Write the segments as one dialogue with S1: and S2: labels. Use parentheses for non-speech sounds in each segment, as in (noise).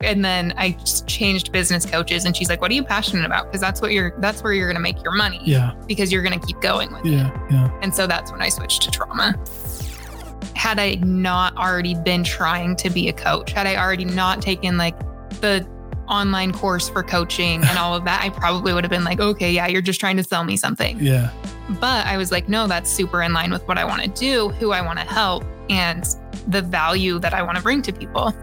S1: and then I just changed business coaches, and she's like, "What are you passionate about? Because that's what you're that's where you're going to make your money.
S2: Yeah.
S1: Because you're going to keep going with it."
S2: Yeah. Yeah.
S1: And so that's when I switched to trauma. Had I not already been trying to be a coach, had I already not taken like the online course for coaching and all of that, I probably would have been like, okay, yeah, you're just trying to sell me something.
S2: Yeah.
S1: But I was like, no, that's super in line with what I want to do, who I want to help, and the value that I want to bring to people.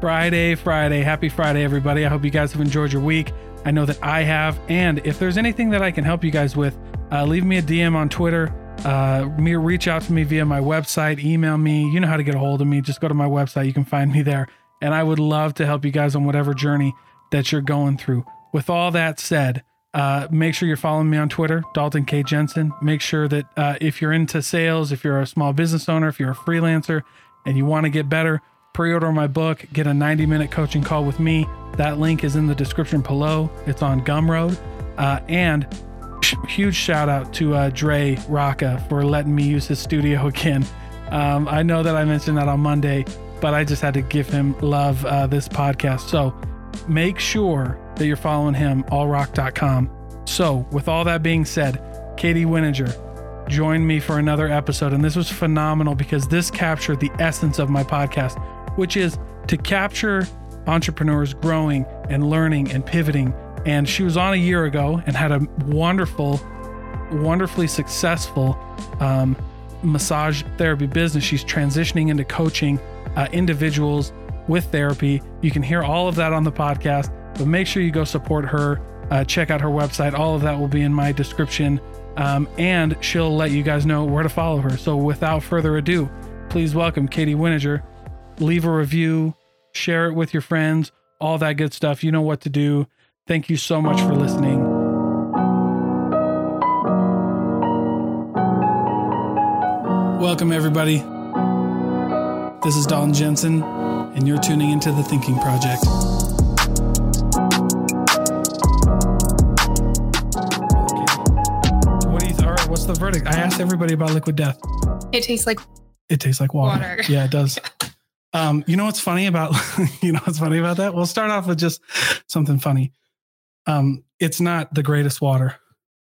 S2: Friday, Friday. Happy Friday, everybody. I hope you guys have enjoyed your week. I know that I have. And if there's anything that I can help you guys with, uh, leave me a DM on Twitter. Uh, me reach out to me via my website, email me. You know how to get a hold of me. Just go to my website. You can find me there. And I would love to help you guys on whatever journey that you're going through. With all that said, uh, make sure you're following me on Twitter, Dalton K. Jensen. Make sure that uh, if you're into sales, if you're a small business owner, if you're a freelancer and you want to get better, pre order my book, get a 90 minute coaching call with me. That link is in the description below. It's on Gumroad. Uh, and sh- huge shout out to uh, Dre Rocca for letting me use his studio (laughs) again. Um, I know that I mentioned that on Monday, but I just had to give him love uh, this podcast. So make sure that you're following him, allrock.com. So, with all that being said, Katie Wininger, join me for another episode. And this was phenomenal because this captured the essence of my podcast, which is to capture entrepreneurs growing and learning and pivoting. And she was on a year ago and had a wonderful, wonderfully successful um, massage therapy business. She's transitioning into coaching uh, individuals with therapy. You can hear all of that on the podcast, but make sure you go support her. Uh, check out her website. All of that will be in my description. Um, and she'll let you guys know where to follow her. So without further ado, please welcome Katie Wininger. Leave a review, share it with your friends, all that good stuff. You know what to do. Thank you so much for listening. Welcome, everybody. This is Dalton Jensen, and you're tuning into The Thinking Project. Okay. What do you, all right, what's the verdict? I asked everybody about liquid death.
S1: It tastes like
S2: It tastes like water.
S1: Water.
S2: Yeah, it does. (laughs) Um, you know what's funny about (laughs) you know what's funny about that? We'll start off with just something funny. Um, it's not the greatest water.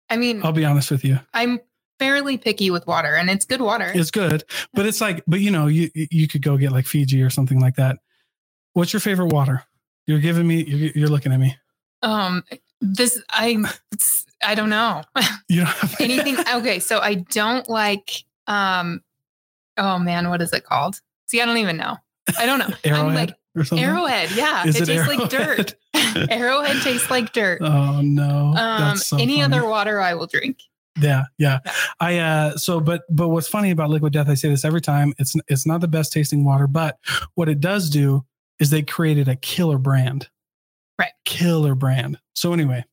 S1: I mean,
S2: I'll be honest with you.
S1: I'm fairly picky with water and it's good water.
S2: It's good, but it's like, but you know, you you could go get like Fiji or something like that. What's your favorite water? You're giving me. You're, you're looking at me. (laughs)
S1: um this I I don't
S2: (laughs)
S1: know.
S2: You don't have
S1: (laughs) Anything okay, so I don't like um oh man, what is it called? See, I don't even know. I don't know. I'm
S2: Arrowhead
S1: like
S2: or something.
S1: arrowhead, yeah.
S2: Is
S1: it, tastes like
S2: Arrowhead?
S1: dirt. (laughs) arrowhead tastes like dirt.
S2: (laughs) Oh no.
S1: um
S2: That's so
S1: any
S2: funny.
S1: other water I will drink.
S2: Yeah, yeah.
S1: Yeah.
S2: I uh so but but what's funny about liquid death, I say this every time, it's it's not the best tasting water, but what it does do is they created a killer brand.
S1: Right.
S2: Killer brand. So anyway,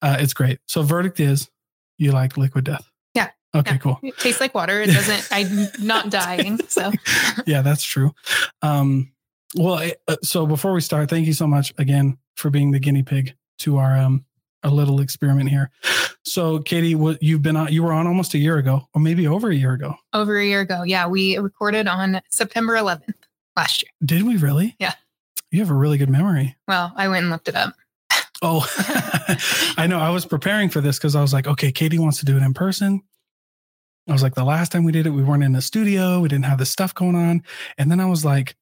S2: uh it's great. So verdict is you like liquid death.
S1: Yeah,
S2: Okay,
S1: yeah.
S2: cool.
S1: It tastes like water. It doesn't I'm
S2: (laughs)
S1: not dying. So
S2: yeah, that's true. Um, well, it- uh, so before we start, thank you so much again for being the guinea pig to our um our little experiment here. So, Katie, what you've been on, you were on almost a year ago, or maybe over a year ago.
S1: over a year ago. Yeah, we recorded on September 11th last year.
S2: Did we really?
S1: Yeah.
S2: You have a really good memory.
S1: Well, I went and looked it up. (laughs)
S2: Oh, (laughs) I know. I was preparing for this because I was like, okay, Katie wants to do it in person. I was like, the last time we did it, we weren't in the studio. We didn't have this stuff going on. And then I was like,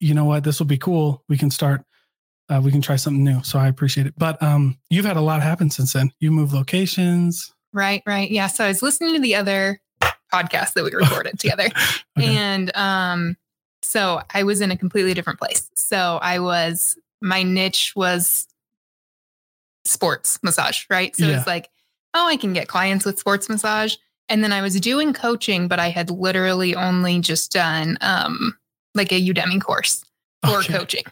S2: you know what? This will be cool. We can start. Uh, we can try something new. So I appreciate it. But um, you've had a lot happen since then. You moved locations. (laughs)
S1: Right, right. Yeah. So I was listening to the other podcast that we
S2: (laughs)
S1: recorded together.
S2: Okay.
S1: And um, so I was in a completely different place. So I was, my niche was sports massage, right? So
S2: Yeah.
S1: it's like, oh, I can get clients with sports massage. And then I was doing coaching, but I had literally only just done um, like a Udemy course for
S2: Okay.
S1: coaching.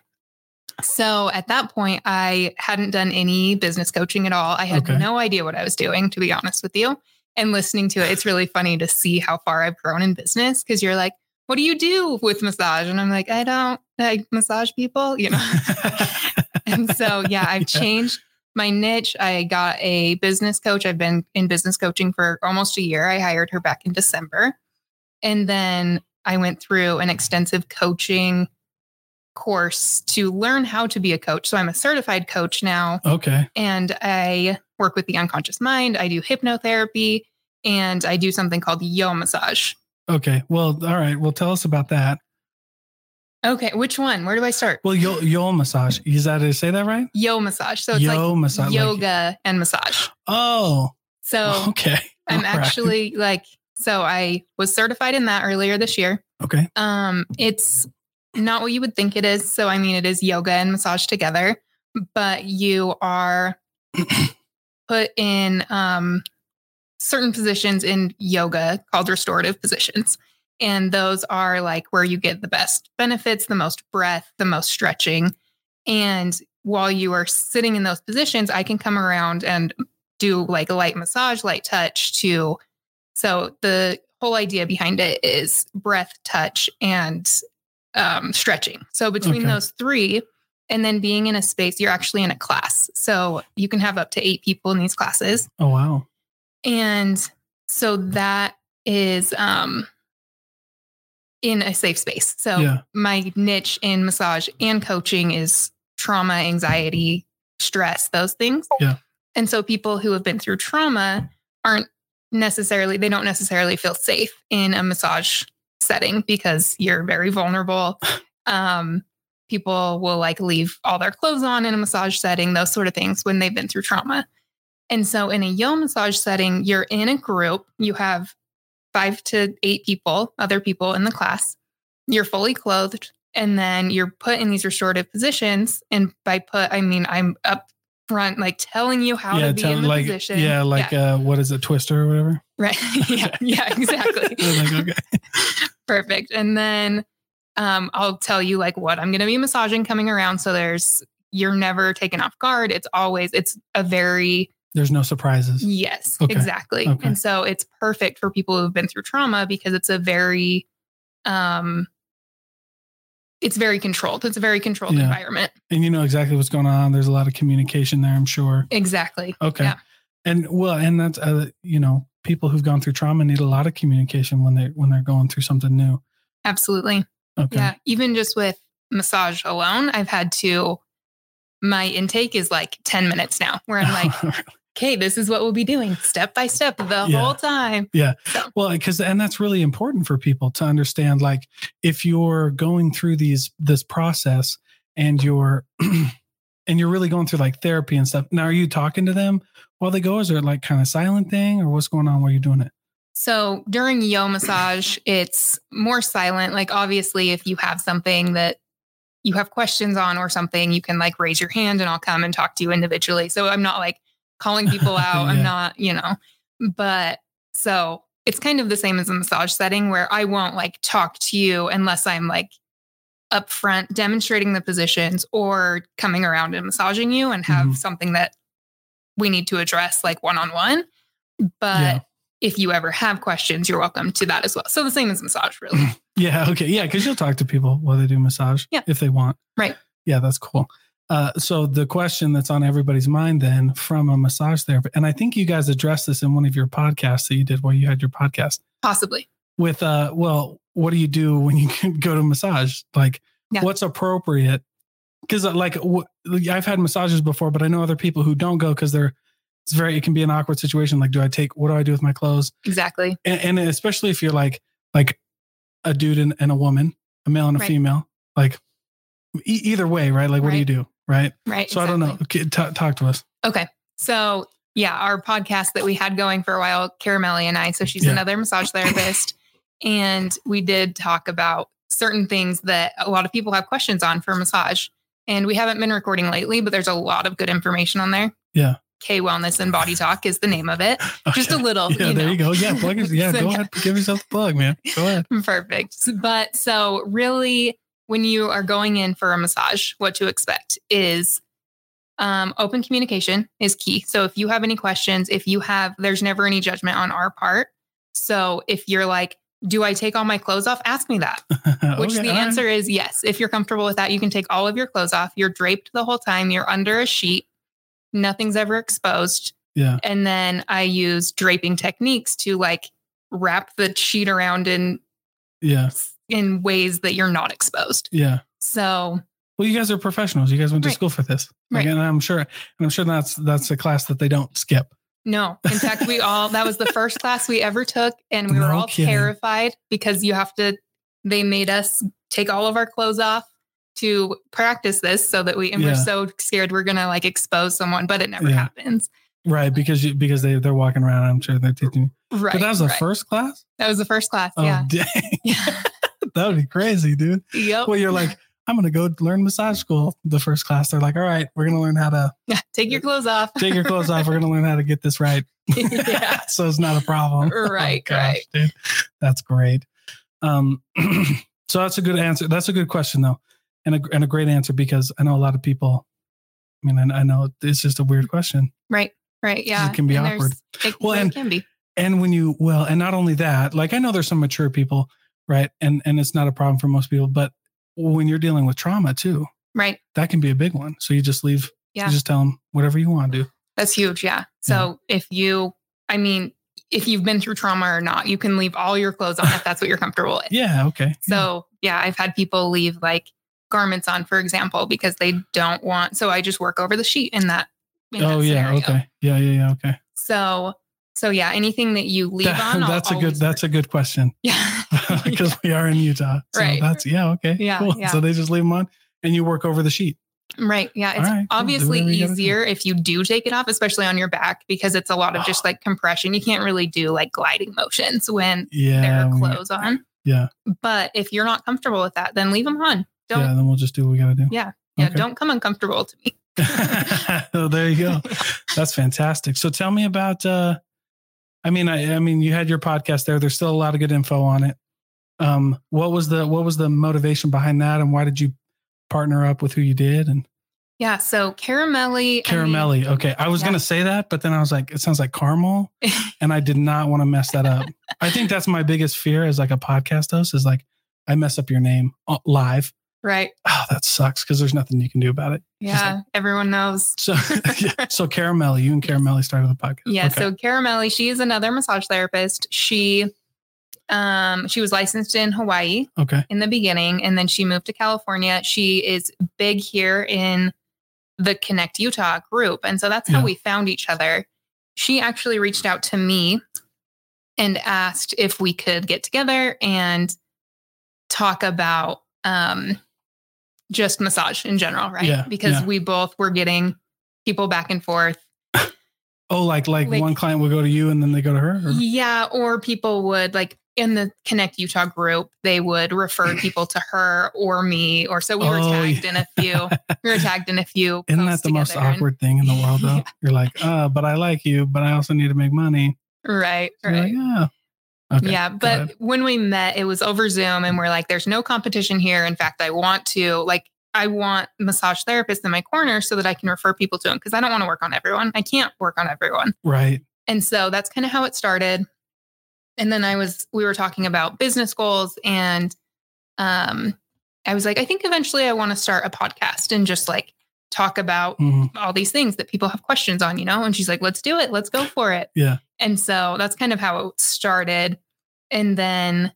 S1: So at that point, I hadn't done any business coaching at all. I had
S2: Okay.
S1: no idea what I was doing, to be honest with you. And listening to it, it's really funny to see how far I've grown in business because you're like, what do you do with massage? And I'm like, I don't I massage people, you know. and so yeah, I've
S2: (laughs) Yeah.
S1: changed my niche. I got a business coach. I've been in business coaching for almost a year. I hired her back in December. And then I went through an extensive coaching course to learn how to be a coach. So I'm a certified coach now
S2: Okay.
S1: and I work with the unconscious mind. I do hypnotherapy and I do something called yo massage.
S2: Okay. Well, all right. Well, tell us about that.
S1: Okay, which one? Where do I start?
S2: Well, yo, yo massage. Is that, did I say that right?
S1: Yo massage. So it's
S2: yo
S1: like
S2: massage. like-
S1: yoga and massage.
S2: oh,
S1: So
S2: (laughs) okay.
S1: I'm
S2: All right.
S1: actually like, so I was certified in that earlier this year.
S2: Okay.
S1: Um, it's not what you would think it is. So, I mean, it is yoga and massage together, but you
S2: (clears throat)
S1: are put in um, certain positions in yoga called restorative positions. And those are like where you get the best benefits, the most breath, the most stretching. And while you are sitting in those positions, I can come around and do like a light massage, light touch to. So the whole idea behind it is breath, touch, and um, stretching. So between
S2: Okay.
S1: those three, and then being in a space, you're actually in a class. So you can have up to eight people in these classes.
S2: Oh, wow.
S1: And so that is um, in a safe space. So
S2: Yeah.
S1: my niche in massage and coaching is trauma, anxiety, stress, those things.
S2: Yeah.
S1: And so people who have been through trauma aren't necessarily, they don't necessarily feel safe in a massage setting because you're very
S2: (laughs)
S1: vulnerable. Um, people will like leave all their clothes on in a massage setting, those sort of things when they've been through trauma. And so in a yo massage setting, you're in a group, you have five to eight people, other people in the class you're fully clothed and then you're put in these restorative positions and by put i mean i'm up front like telling you how
S2: yeah.
S1: to be
S2: tell-
S1: in the
S2: like,
S1: position
S2: yeah. Like, uh, what is it? Twister
S1: (laughs)
S2: or whatever? (laughs)
S1: right yeah yeah exactly
S2: like, okay.
S1: (laughs) perfect and then um, i'll tell you like what i'm going to be massaging coming around so there's you're never taken off guard it's always it's a very
S2: There's no surprises.
S1: Yes,
S2: Okay.
S1: exactly.
S2: Okay.
S1: And so it's perfect for people who've been through trauma because it's a very um it's very controlled. It's a very controlled
S2: Yeah.
S1: environment.
S2: And you know exactly what's going on. There's a lot of communication there, I'm sure.
S1: Exactly.
S2: Okay.
S1: Yeah.
S2: And well, and that's uh, you know, people who've gone through trauma need a lot of communication when they when they're going through something new.
S1: Absolutely.
S2: Okay.
S1: Yeah. Even just with massage alone, I've had to my intake is like 10 minutes now where I'm like,
S2: (laughs)
S1: okay, this is what we'll be doing step by step the
S2: Yeah.
S1: whole time.
S2: well, because and that's really important for people to understand. Like, if you're going through these this process and you're (clears throat) and you're really going through like therapy and stuff. Now, are you talking to them while they go? Is there like kind of silent thing, or what's going on while you're doing it?
S1: So during yo massage, it's more silent. Like obviously, if you have something that you have questions on or something, you can like raise your hand and I'll come and talk to you individually. So I'm not like
S2: (laughs)
S1: calling people out.
S2: Yeah.
S1: I'm not, you know, but so it's kind of the same as a massage setting where I won't like talk to you unless I'm like up front demonstrating the positions or coming around and massaging you and have
S2: Mhm.
S1: something that we need to address like one on one. But
S2: Yeah.
S1: if you ever have questions, you're welcome to that as well. So the same as massage,
S2: Mm-hmm.
S1: really.
S2: Yeah. Okay. Yeah. Cause you'll talk to people while they do massage
S1: Yeah.
S2: if they want.
S1: Right.
S2: Yeah. That's cool. Uh, so the question that's on everybody's mind then from a massage therapist, and I think you guys addressed this in one of your podcasts that you did while you had your podcast
S1: Possibly.
S2: with, uh, well, what do you do when you (laughs) can go to massage? Like
S1: Yeah.
S2: what's appropriate? Cause uh, like wh- I've had massages before, but I know other people who don't go cause they're, it's very, it can be an awkward situation. Like, do I take, what do I do with my clothes?
S1: Exactly.
S2: and, and especially if you're like like a dude and, and a woman a male and a
S1: Right.
S2: female like e- either way right like what do you
S1: Right.
S2: do right
S1: Right.
S2: so i don't know
S1: exactly.
S2: Okay, ta- talk to us (laughs)
S1: Okay. So yeah, our podcast that we had going for a while, Caramelli and I, so she's
S2: Yeah.
S1: another
S2: (coughs)
S1: massage therapist. and we did talk about certain things that a lot of people have questions on for massage. And we haven't been recording lately, but there's a lot of good information on there.
S2: Yeah.
S1: K Wellness and Body Talk is the name of it. Just a
S2: Okay.
S1: little.
S2: yeah there
S1: know.
S2: you go yeah plug
S1: (laughs)
S2: your, yeah
S1: So,
S2: go ahead give yourself the plug man go ahead (laughs)
S1: Perfect. S- But so, really, when you are going in for a massage, what to expect is um, open communication is key. So, if you have any questions, if you have, there's never any judgment on our part. So, if you're like, do I take all my clothes off? Ask me
S2: (laughs)
S1: that, which
S2: Okay,
S1: the
S2: all right.
S1: answer is yes. If you're comfortable with that, you can take all of your clothes off. You're draped the whole time, you're under a sheet, nothing's ever exposed.
S2: yeah
S1: And then I use draping techniques to like wrap the sheet around in
S2: yeah
S1: in ways that you're not exposed.
S2: yeah
S1: So
S2: Well, you guys are professionals. You guys went to
S1: Right.
S2: school for this. Like,
S1: Right.
S2: And I'm sure, and I'm sure that's that's a class that they don't skip.
S1: No. In fact, we all, that was the first class we ever took. And we were
S2: No
S1: all
S2: kidding.
S1: terrified because you have to, they made us take all of our clothes off to practice this so that we, and we're
S2: Yeah.
S1: so scared we're going to like expose someone, but it never
S2: Yeah.
S1: happens.
S2: Right, because you because they they're walking around. I'm sure they're teaching. you.
S1: Right.
S2: but that was the
S1: right.
S2: first class.
S1: That was the first class.
S2: Oh, (laughs)
S1: Yeah.
S2: dang,
S1: (laughs) Yeah.
S2: that would be crazy, dude.
S1: yep.
S2: Well, you're like, I'm gonna go learn massage school. The first class, they're like, all right, we're gonna learn how to
S1: Yeah. (laughs) Take your clothes off.
S2: uh, take your clothes off. We're gonna learn how to get this right.
S1: (laughs) yeah.
S2: (laughs) so it's not a problem.
S1: (laughs)
S2: Oh,
S1: Right, right.
S2: dude. That's great. Um, (clears throat) so that's a good answer. That's a good question though, and a and a great answer because I know a lot of people. I mean, I, I know it's just a weird question.
S1: Right. Right. Yeah.
S2: can be
S1: And there's- It,
S2: Well,
S1: well,
S2: and-
S1: it can be.
S2: and when you well and not only that like i know there's some mature people right and and it's not a problem for most people but when you're dealing with trauma too
S1: Right.
S2: that can be a big one so you just leave
S1: Yeah. Eh,
S2: you just tell them whatever you want to do
S1: That's huge. Yeah. So
S2: Mm-hmm.
S1: if you, I mean, if you've been through trauma or not, you can leave all your clothes on if that's what you're comfortable with.
S2: (laughs) yeah okay
S1: So yeah, I've had people leave like garments on, for example, because they don't want. So I just work over the sheet in that. In
S2: oh
S1: that
S2: yeah
S1: scenario.
S2: okay yeah yeah yeah okay
S1: So so yeah, anything that you
S2: (laughs)
S1: leave
S2: That-
S1: on, I'll
S2: that's a good
S1: always-
S2: that's a good question
S1: (laughs) yeah, (laughs)
S2: (laughs) because we are in utah so
S1: Right.
S2: that's yeah okay
S1: Yeah,
S2: cool.
S1: yeah.
S2: so they just leave them on and you work over the sheet
S1: right. Yeah,
S2: All
S1: it's
S2: right, cool. Do
S1: obviously
S2: whatever you gotta do.
S1: easier if you do take it off, especially on your back, because it's a lot of just like compression. You can't really do like gliding motions when
S2: yeah
S1: their
S2: we-
S1: clothes on.
S2: yeah
S1: But if you're not comfortable with that, then leave them on. Don't
S2: yeah
S1: yeah,
S2: then we'll just do what we gotta do
S1: Yeah.
S2: okay.
S1: don't come uncomfortable to me.
S2: (laughs) well, there you
S1: (laughs)
S2: go. That's fantastic. So tell me about uh I mean I I mean you had your podcast there. There's still a lot of good info on it. Um what was the what was the motivation behind that and why did you partner up with who you did and
S1: Yeah. So caramelli. I mean,
S2: Caramelli. Okay. I was
S1: Yeah.
S2: gonna say that, but then I was like, it sounds
S1: (laughs)
S2: like caramel. and I did not want to mess that up. I think that's my biggest fear as like a podcast host is like I mess up your name uh, live.
S1: right.
S2: Oh, that sucks because there's nothing you can do about it. Just
S1: Yeah. everyone knows.
S2: So, (laughs) yeah, so Caramelli, you and Caramelli started the podcast.
S1: Yeah.
S2: Okay.
S1: So caramelli, she is another massage therapist. She, um, she was licensed in Hawaii
S2: okay,
S1: in the beginning, and then she moved to California. She is big here in the Connect Utah group. And so that's how
S2: Yeah.
S1: we found each other. She actually reached out to me and asked if we could get together and talk about um, just massage in general, right?
S2: Yeah,
S1: because
S2: yeah.
S1: we both were getting people back and forth.
S2: oh, like, like
S1: Like-
S2: one client will go to you and then they go to her. Or,
S1: Yeah, or people would like in the Connect Utah group, they would refer people to her or me, or so we were
S2: Oh,
S1: tagged in a few.
S2: (laughs)
S1: We were tagged in a few.
S2: Isn't that
S1: posts
S2: the most
S1: together and-
S2: awkward thing in the world?
S1: (laughs)
S2: Though
S1: Yeah.
S2: you're like, uh, but I like you, but I also need to make money.
S1: right,
S2: So you're
S1: right.
S2: like, "Ah." Okay.
S1: yeah,
S2: go
S1: but
S2: ahead.
S1: when we met, it was over Zoom, and we're like, "There's no competition here. In fact, I want to like, I want massage therapists in my corner so that I can refer people to them because I don't want to work on everyone. I can't work on everyone."
S2: right.
S1: And so that's kind of how it started. And then I was, we were talking about business goals. And um, I was like, I think eventually I want to start a podcast and just like talk about
S2: Mhm.
S1: all these things that people have questions on, you know? And she's like, let's do it. Let's go for it.
S2: Yeah.
S1: And so that's kind of how it started. And then,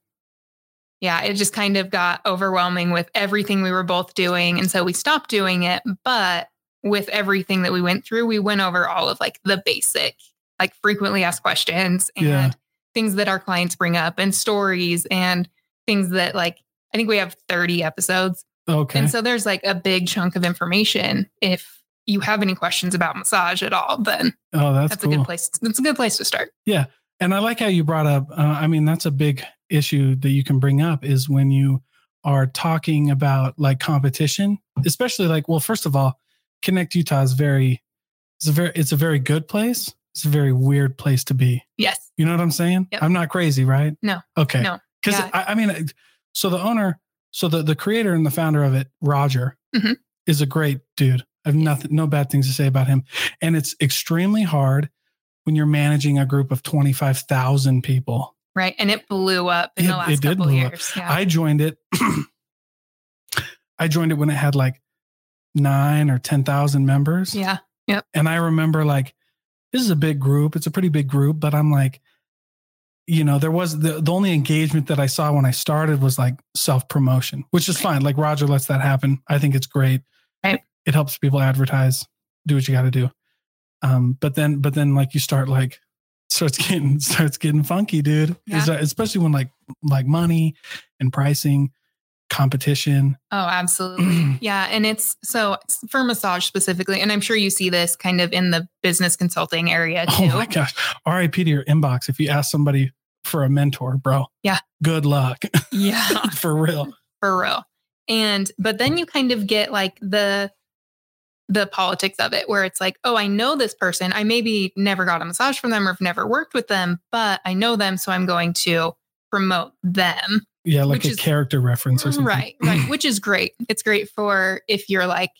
S1: yeah, it just kind of got overwhelming with everything we were both doing. And so we stopped doing it. But with everything that we went through, we went over all of like the basic, like frequently asked questions and
S2: Yeah.
S1: things that our clients bring up and stories and things that like, I think we have 30 episodes.
S2: Okay.
S1: And so there's like a big chunk of information. If you have any questions about massage at all, then
S2: oh, that's,
S1: that's,
S2: cool.
S1: a good place. That's a good place to start.
S2: And I like how you brought up. Uh, I mean, that's a big issue that you can bring up is when you are talking about like competition, especially like. Well, first of all, Connect Utah is very. It's a very. It's a very good place. It's a very weird place to be.
S1: Yes.
S2: You know what I'm saying?
S1: Yep.
S2: I'm not crazy, right?
S1: No.
S2: Okay.
S1: No.
S2: Because
S1: Yeah.
S2: I, I mean, so the owner, so the the creator and the founder of it, Roger,
S1: Mhm.
S2: is a great dude. I have nothing, no bad things to say about him. And it's extremely hard when you're managing a group of twenty five thousand people.
S1: Right. And it blew up in
S2: It-
S1: the last
S2: it did
S1: couple
S2: blow up.
S1: years. Yeah.
S2: I joined it. (clears throat) I joined it when it had like nine or ten thousand members.
S1: yeah.
S2: And I remember like, this is a big group. It's a pretty big group, but I'm like, you know, there was the, the only engagement that I saw when I started was like self promotion, which is fine. Like Roger lets that happen. I think it's great.
S1: Right.
S2: It helps people advertise, do what you got to do. Um, but then, but then like you start like, starts getting, (laughs) starts getting funky, dude.
S1: Yeah.
S2: Is that- Especially when like, like money and pricing, competition.
S1: Oh, absolutely.
S2: (clears throat)
S1: Yeah. And it's so for massage specifically, and I'm sure you see this kind of in the business consulting area too.
S2: Oh my gosh. RIP to your inbox if you ask somebody for a mentor, bro.
S1: Yeah.
S2: Good luck (laughs)
S1: Yeah.
S2: for real.
S1: for real. And but then you kind of get like the the politics of it where it's like, oh, I know this person. I maybe never got a massage from them or have never worked with them, but I know them, so I'm going to promote them.
S2: Yeah, like
S1: Which
S2: a
S1: is-
S2: character reference or something.
S1: Right, right, which is great. It's great for if you're like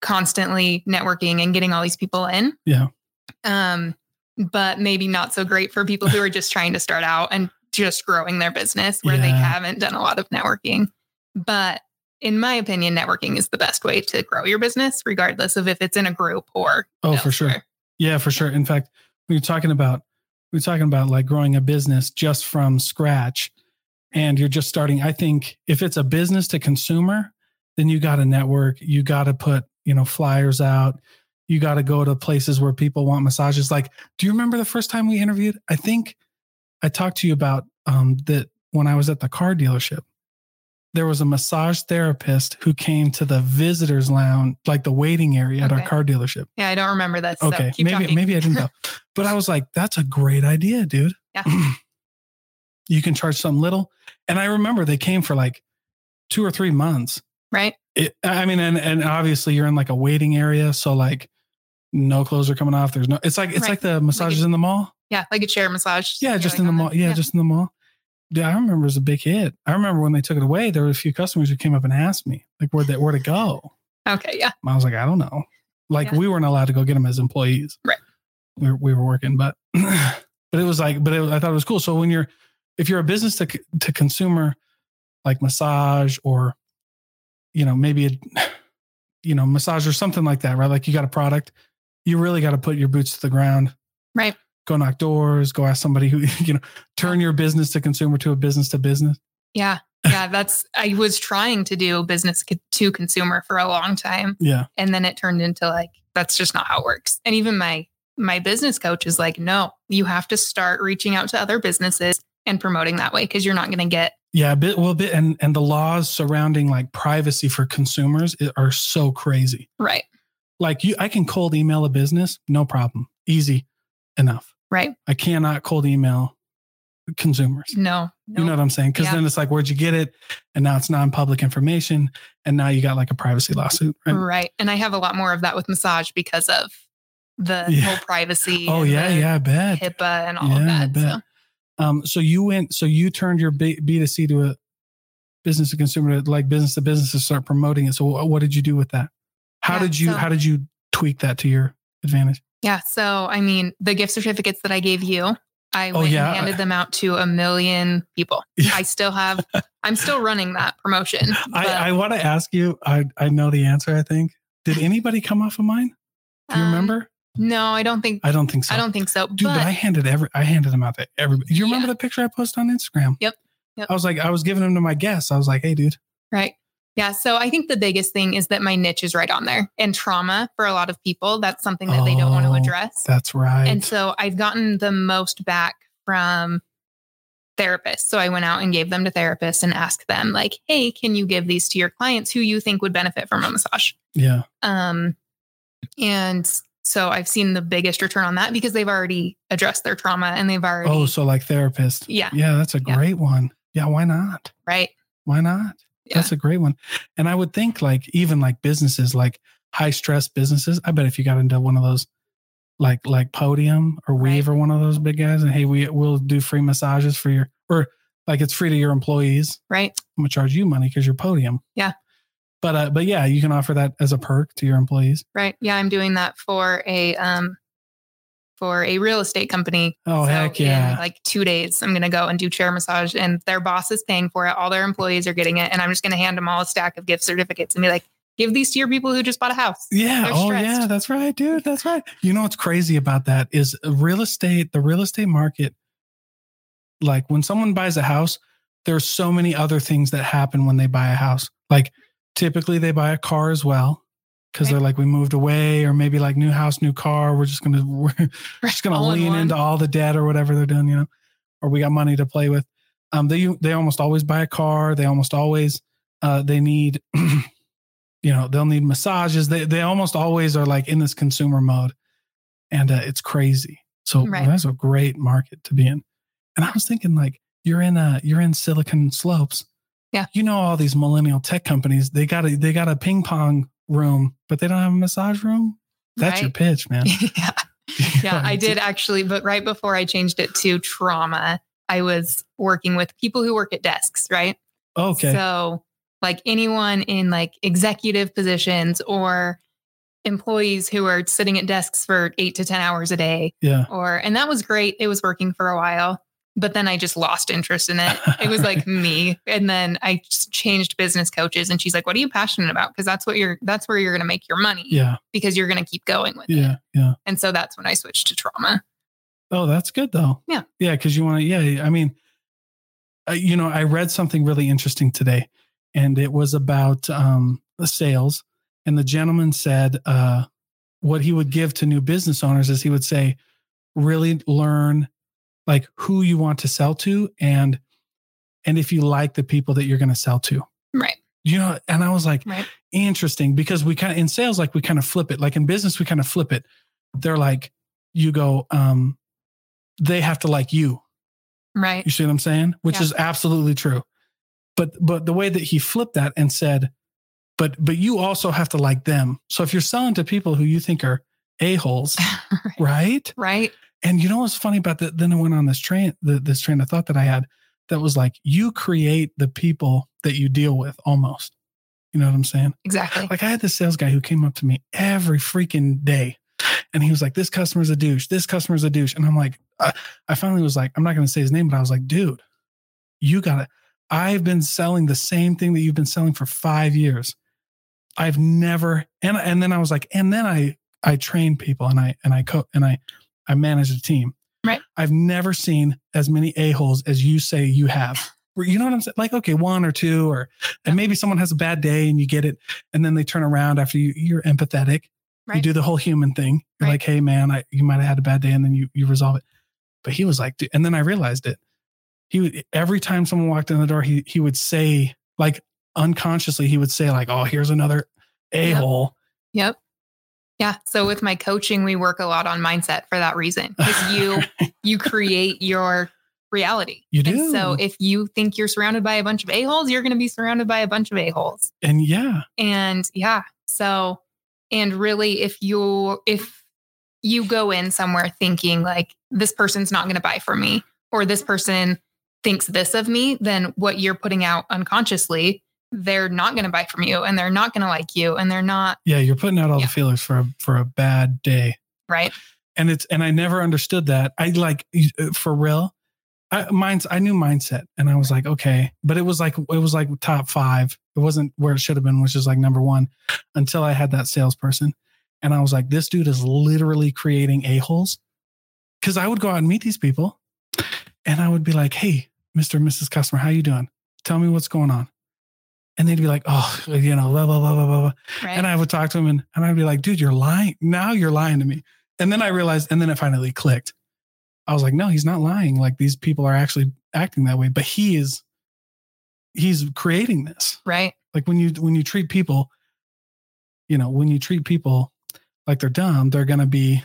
S1: constantly networking and getting all these people in.
S2: Yeah.
S1: Um, but maybe not so great for people who are just trying to start out and just growing their business where they
S2: Yeah.
S1: haven't done a lot of networking. But in my opinion, networking is the best way to grow your business, regardless of if it's in a group or
S2: Oh, for sure.
S1: elsewhere.
S2: Yeah, for sure. In fact, we were talking about we were talking about like growing a business just from scratch and you're just starting. I think if it's a business to consumer, then you got to network, you got to put, you know, flyers out. You got to go to places where people want massages. Like, do you remember the first time we interviewed? I think I talked to you about um, that when I was at the car dealership. There was a massage therapist who came to the visitors lounge, like the waiting area at our
S1: Okay.
S2: car dealership
S1: Yeah, I don't remember this.
S2: okay
S1: so keep
S2: maybe
S1: talking.
S2: maybe i
S1: (laughs)
S2: didn't know but i was like that's a great idea dude
S1: Yeah.
S2: (clears throat) you can charge something little and i remember they came for like two or three months
S1: right?
S2: it, i mean and, and obviously you're in like a waiting area so like no clothes are coming off there's no it's like it's
S1: Right.
S2: like the massages
S1: Like
S2: in the mall
S1: Yeah, like a chair massage.
S2: yeah
S1: You're
S2: just
S1: like
S2: in the
S1: on
S2: mall yeah, just in the mall Dude, I remember it was a big hit. I remember when they took it away, there were a few customers who came up and asked me, like, where that where to go.
S1: Okay, yeah,
S2: And I was like, I don't know. Like
S1: Yeah.
S2: we weren't allowed to go get them as employees.
S1: Right.
S2: We were, we were working, but (clears throat) but it was like, but it, I thought it was cool. So when you're if you're a business to c- to consumer, like massage or you know maybe a, you know massage or something like that, right? Like you got a product, you really got to put your boots to the ground.
S1: Right.
S2: Go knock doors. Go ask somebody who (laughs) you know. Turn your business to consumer to a business to business.
S1: yeah, yeah. That's I was trying to do business co- to consumer for a long time,
S2: Yeah.
S1: and then it turned into like that's just not how it works. And even my my business coach is like, no, you have to start reaching out to other businesses and promoting that way because you're not going to get
S2: Yeah, a bit, well, a bit, and and the laws surrounding like privacy for consumers i- are so crazy.
S1: right,
S2: Like you, I can cold email a business, no problem, easy enough.
S1: right.
S2: I cannot cold email consumers.
S1: No,
S2: You know
S1: no.
S2: what I'm saying? Because
S1: Yeah.
S2: then it's like, where'd you get it? And now it's non-public information, and now you got like a privacy lawsuit. Right?
S1: right. And I have a lot more of that with massage because of the
S2: Yeah.
S1: whole privacy.
S2: Oh
S1: and
S2: yeah,
S1: the
S2: yeah, I bet.
S1: HIPAA and all
S2: Yeah,
S1: of
S2: I
S1: that.
S2: bet.
S1: So
S2: Um, so you went, so you turned your B B to C to a business to consumer, to like business to business to start promoting it. So wh- what did you do with that? How
S1: Yeah,
S2: did you,
S1: so-
S2: how did you tweak that to your advantage?
S1: Yeah. So, I mean, the gift certificates that I gave you, I
S2: Oh,
S1: went
S2: yeah.
S1: and handed them out to a million people.
S2: (laughs) Yeah.
S1: I still have, I'm still running that promotion. but,
S2: (laughs) I, I want to ask you, I, I know the answer, I think. Did anybody come off of mine? Do you
S1: um,
S2: remember?
S1: No, I don't think,
S2: I don't think so.
S1: I don't think so.
S2: Dude, but,
S1: but
S2: I handed every, I handed them out to everybody. You remember
S1: Yeah.
S2: the picture I posted on Instagram?
S1: Yep. Yep.
S2: I was like, I was giving them to my guests. I was like, hey, dude.
S1: Right. Yeah. So I think the biggest thing is that my niche is right on there and trauma for a lot of people. That's something that they don't want
S2: Oh,
S1: to address.
S2: That's right.
S1: And so I've gotten the most back from therapists. So I went out and gave them to therapists and asked them, like, hey, can you give these to your clients who you think would benefit from a massage?
S2: yeah.
S1: Um, and so I've seen the biggest return on that because they've already addressed their trauma and they've already,
S2: Oh, so like therapist.
S1: yeah,
S2: Yeah, that's a
S1: Yeah.
S2: great one. Yeah, why not?
S1: right.
S2: why not that's a great one and i would think like even like businesses like high stress businesses i bet if you got into one of those like like podium or
S1: Right.
S2: weave or one of those big guys and hey we will do free massages for your or like it's free to your employees
S1: Right.
S2: i'm gonna charge you money because you're podium
S1: Yeah.
S2: but uh but yeah you can offer that as a perk to your employees
S1: Right. Yeah. I'm doing that for a, um, for a real estate company.
S2: oh
S1: So
S2: heck
S1: in,
S2: yeah
S1: like two days, I'm going to go and do chair massage, and their boss is paying for it. All their employees are getting it. And I'm just going to hand them all a stack of gift certificates and be like, give these to your people who just bought a house.
S2: Yeah.
S1: They're
S2: Oh, yeah.
S1: stressed.
S2: That's right, dude. That's right. You know what's crazy about that is real estate. The real estate market like when someone buys a house, there's so many other things that happen when they buy a house. Like typically they buy a car as well because
S1: Right.
S2: they're like we moved away or maybe like new house, new car. We're just gonna (laughs) we're just gonna
S1: All in
S2: lean
S1: one.
S2: into all the debt or whatever they're doing, you know, or we got money to play with. Um, they they almost always buy a car. They almost always uh they need, (clears throat) you know, they'll need massages. They they almost always are like in this consumer mode, and uh, it's crazy. So
S1: Right.
S2: that's a great market to be in. And I was thinking like you're in uh you're in Silicon Slopes.
S1: Yeah.
S2: you know all these millennial tech companies. They got a they got a ping pong room, but they don't have a massage room. That's your
S1: Right.
S2: pitch, man.
S1: yeah. (laughs) yeah,
S2: (laughs)
S1: I did actually, but right before I changed it to trauma, I was working with people who work at desks, right?
S2: Okay.
S1: So, like anyone in like executive positions or employees who are sitting at desks for eight to 10 hours a day,
S2: yeah.
S1: or, and that was great. It was working for a while, but then I just lost interest in it. It was like
S2: (laughs)
S1: me. And then I just changed business coaches and she's like, What are you passionate about? Because that's what you're, that's where you're going to make your money
S2: Yeah.
S1: because you're going to keep going with it.
S2: Yeah. Yeah.
S1: And so that's when I switched to trauma.
S2: Oh, that's good though.
S1: Yeah.
S2: Yeah. Cause you want to, yeah. I mean, uh, you know, I read something really interesting today and it was about um, the sales. And the gentleman said uh, what he would give to new business owners is he would say, really learn like who you want to sell to and, and if you like the people that you're going to sell to.
S1: Right.
S2: You know, and I was like,
S1: Right.
S2: interesting because we kind of in sales like we kind of flip it like in business we kind of flip it they're like you go um they have to like you
S1: Right.
S2: you see what i'm saying which
S1: Yeah.
S2: is absolutely true but but the way that he flipped that and said but but you also have to like them so if you're selling to people who you think are
S1: (laughs)
S2: a-holes right
S1: right.
S2: and you know what's funny about that? Then I went on this train, the, this train of thought that I had that was like, you create the people that you deal with almost. You know what I'm saying?
S1: Exactly.
S2: (laughs) Like I had this sales guy who came up to me every freaking day and he was like, this customer's a douche. This customer's a douche. And I'm like, uh, I finally was like, I'm not going to say his name, but I was like, dude, you got to I've been selling the same thing that you've been selling for five years. I've never, and, and then I was like, and then I, I train people and I, and I co and I, I manage a team.
S1: Right.
S2: I've never seen as many a-holes as you say you have. Where- You know what I'm saying? Like, okay, one or two, or and maybe someone has a bad day and you get it, and then they turn around after you. You're empathetic. You
S1: Right.
S2: do the whole human thing. You're
S1: Right.
S2: like, hey man, I, you might have had a bad day, and then you you resolve it. But he was like, dude, and then I realized it. He would every time someone walked in the door, he he would say like unconsciously, he would say like, oh, here's another a-hole.
S1: Yep. Yeah. So with my coaching, we work a lot on mindset for that reason. Because
S2: (laughs)
S1: you you create your reality.
S2: You do.
S1: And so if you think you're surrounded by a bunch of a-holes, you're gonna be surrounded by a bunch of a-holes.
S2: and yeah,
S1: And yeah, so and really if you if you go in somewhere thinking like this person's not gonna buy from me or this person thinks this of me, then what you're putting out unconsciously, they're not gonna buy from you and they're not gonna like you and they're not
S2: yeah, you're putting out all
S1: Yeah.
S2: the feelers for a for a bad day.
S1: right.
S2: and it's and I never understood that. I like uh, for real. I minds I knew mindset and I was like okay, but it was like it was like top 5. It wasn't where it should have been, which is like number 1 until I had that salesperson and I was like this dude is literally creating a-holes cuz I would go out and meet these people and I would be like, "Hey, Mr. and Mrs. Customer, how you doing? Tell me what's going on." And they'd be like, "Oh, you know, blah blah blah blah blah." blah."
S1: Right.
S2: And I would talk to him and, and I'd be like, dude, you're lying. Now you're lying to me. And then I realized, and then it finally clicked. I was like, no, he's not lying. Like these people are actually acting that way, but he is, he's creating this.
S1: right.
S2: Like when you, when you treat people, you know, when you treat people like they're dumb, they're going to be,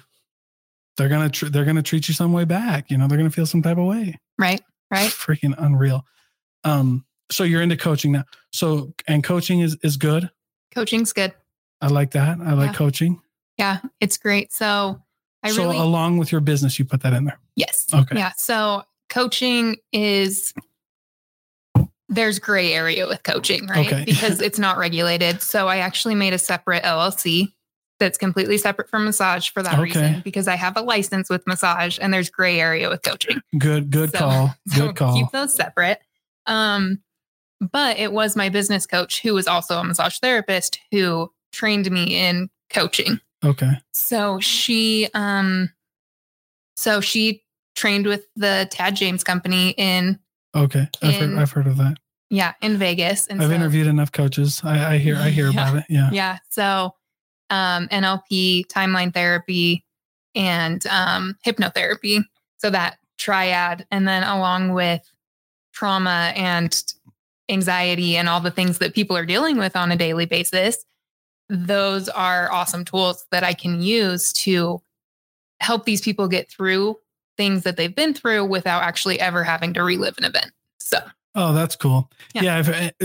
S2: they're going to, tr- they're going to treat you some way back. You know, they're going to feel some type of way.
S1: Right. Right.
S2: (laughs) Freaking unreal. Um, so you're into coaching now. So, and coaching is, is good.
S1: Coaching's good.
S2: I like that. I like
S1: Yeah.
S2: coaching.
S1: Yeah, it's great. So I
S2: so
S1: really
S2: along with your business, you put that in there.
S1: yes.
S2: Okay.
S1: Yeah. So coaching is there's gray area with coaching, right?
S2: Okay. (laughs)
S1: Because it's not regulated. So I actually made a separate LLC that's completely separate from massage for that
S2: Okay.
S1: reason because I have a license with massage and there's gray area with coaching. (laughs)
S2: Good, good
S1: So-
S2: call.
S1: (laughs) So
S2: good call.
S1: keep those separate. Um, but it was my business coach who was also a massage therapist who trained me in coaching.
S2: okay.
S1: So she um so she trained with the Tad James company in
S2: Okay, I've, heard,
S1: And-
S2: I've heard of that.
S1: yeah, in Vegas. And
S2: I've
S1: so-
S2: interviewed enough coaches. I, I hear I hear about it. Yeah.
S1: (laughs) Yeah. So um, NLP, timeline therapy, and um, hypnotherapy. So that triad. And then along with trauma and anxiety and all the things that people are dealing with on a daily basis, those are awesome tools that I can use to help these people get through things that they've been through without actually ever having to relive an event. So
S2: Oh, that's cool. Yeah,
S1: Yeah.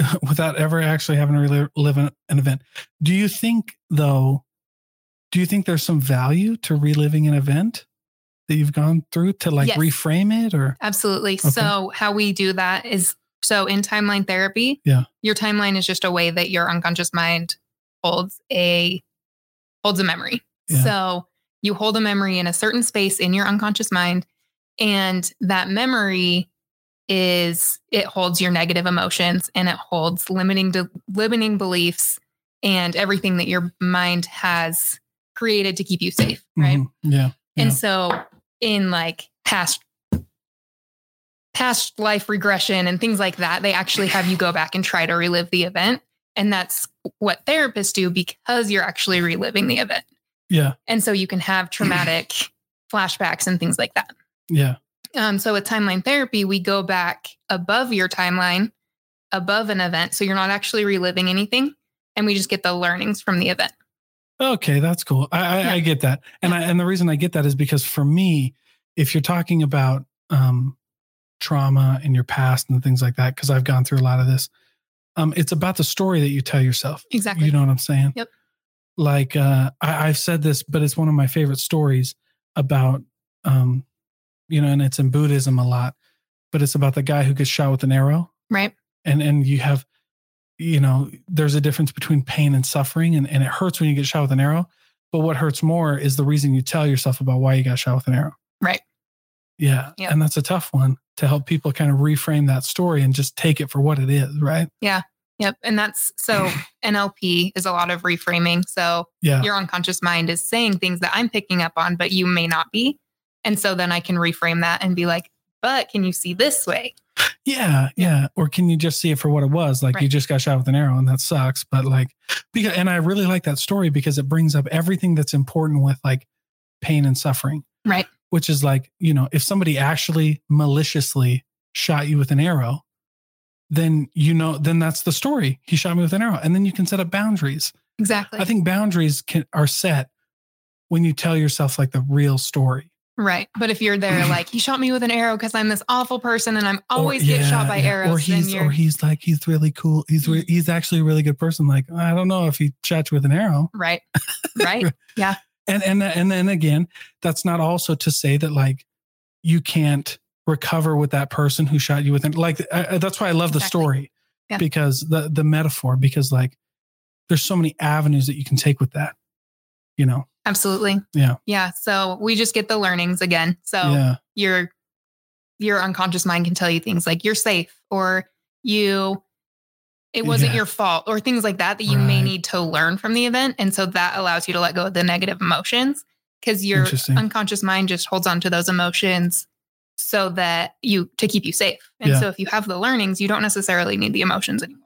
S2: I've, (laughs) without ever actually having to relive live an, an event. Do you think though? Do you think there's some value to reliving an event that you've gone through to like
S1: Yes.
S2: reframe it or?
S1: Absolutely.
S2: Okay.
S1: So how we do that is so in timeline therapy,
S2: Yeah.
S1: your timeline is just a way that your unconscious mind holds a holds a memory.
S2: Yeah.
S1: So you hold a memory in a certain space in your unconscious mind and that memory is it holds your negative emotions and it holds limiting de- limiting beliefs and everything that your mind has created to keep you safe, right?
S2: Mhm. Yeah.
S1: And
S2: Yeah.
S1: so in like past past life regression and things like that, they actually have you go back and try to relive the event. And that's what therapists do because you're actually reliving the event.
S2: Yeah.
S1: And so you can
S2: (clears throat)
S1: have traumatic flashbacks and things like that.
S2: Yeah.
S1: Um, so with timeline therapy, we go back above your timeline, above an event. So you're not actually reliving anything. And we just get the learnings from the event.
S2: Okay, that's cool. I, I,
S1: Yeah.
S2: I get that, and I, and the reason I get that is because for me, if you're talking about um, trauma in your past and things like that, because I've gone through a lot of this, um, it's about the story that you tell yourself.
S1: Exactly.
S2: You know what I'm saying?
S1: Yep.
S2: Like uh, I, I've said this, but it's one of my favorite stories about, um, you know, and it's in Buddhism a lot, but it's about the guy who gets shot with an arrow
S1: right.
S2: and and you have you know there's a difference between pain and suffering and, and it hurts when you get shot with an arrow but what hurts more is the reason you tell yourself about why you got shot with an arrow
S1: Right.
S2: yeah
S1: Yeah.
S2: and that's a tough one to help people kind of reframe that story and just take it for what it is right
S1: Yep. And that's so
S2: (clears throat)
S1: NLP is a lot of reframing. So
S2: yeah
S1: your unconscious mind is saying things that I'm picking up on, but you may not be. And so then I can reframe that and be like, but can you see this way?
S2: yeah yeah or can you just see it for what it was like you
S1: Right.
S2: just got shot with an arrow and that sucks but like because and i really like that story because it brings up everything that's important with like pain and suffering
S1: Right.
S2: which is like, you know, if somebody actually maliciously shot you with an arrow, then you know, then that's the story. He shot me with an arrow. And then you can set up boundaries.
S1: Exactly.
S2: I think boundaries can are set when you tell yourself like the real story.
S1: right. But if you're
S2: (laughs)
S1: there, like, he shot me with an arrow because I'm this awful person and I'm
S2: Or-
S1: always get
S2: yeah,
S1: shot by
S2: yeah.
S1: arrows.
S2: Or
S1: then
S2: he's
S1: you're, Mm-hmm.
S2: or he's like, he's really cool. He's re- he's actually a really good person. Like, I don't know if he shot you with an arrow. (laughs)
S1: right. Right.
S2: and and and then again that's not also to say that like you can't recover with that person who shot you with an like I, I- that's why i love the
S1: Exactly.
S2: story
S1: Yeah.
S2: because the the metaphor because like there's so many avenues that you can take with that you know
S1: Absolutely.
S2: Yeah.
S1: Yeah. So we just get the learnings again. So
S2: yeah (laughs)
S1: your your unconscious mind can tell you things like you're safe or you it wasn't
S2: Yeah.
S1: your fault or things like that that you may
S2: Right.
S1: need to learn from the event and so that allows you to let go of the negative emotions because your
S2: Interesting.
S1: unconscious mind just holds on to those emotions so that you to keep you safe and
S2: Yeah.
S1: so if you have the learnings you don't necessarily need the emotions anymore